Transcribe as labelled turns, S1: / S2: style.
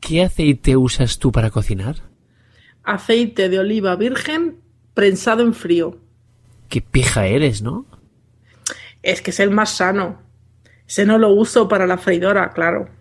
S1: ¿Qué aceite usas tú para cocinar?
S2: Aceite de oliva virgen prensado en frío.
S1: Qué pija eres, ¿no?
S2: Es que es el más sano. Ese no lo uso para la freidora, claro.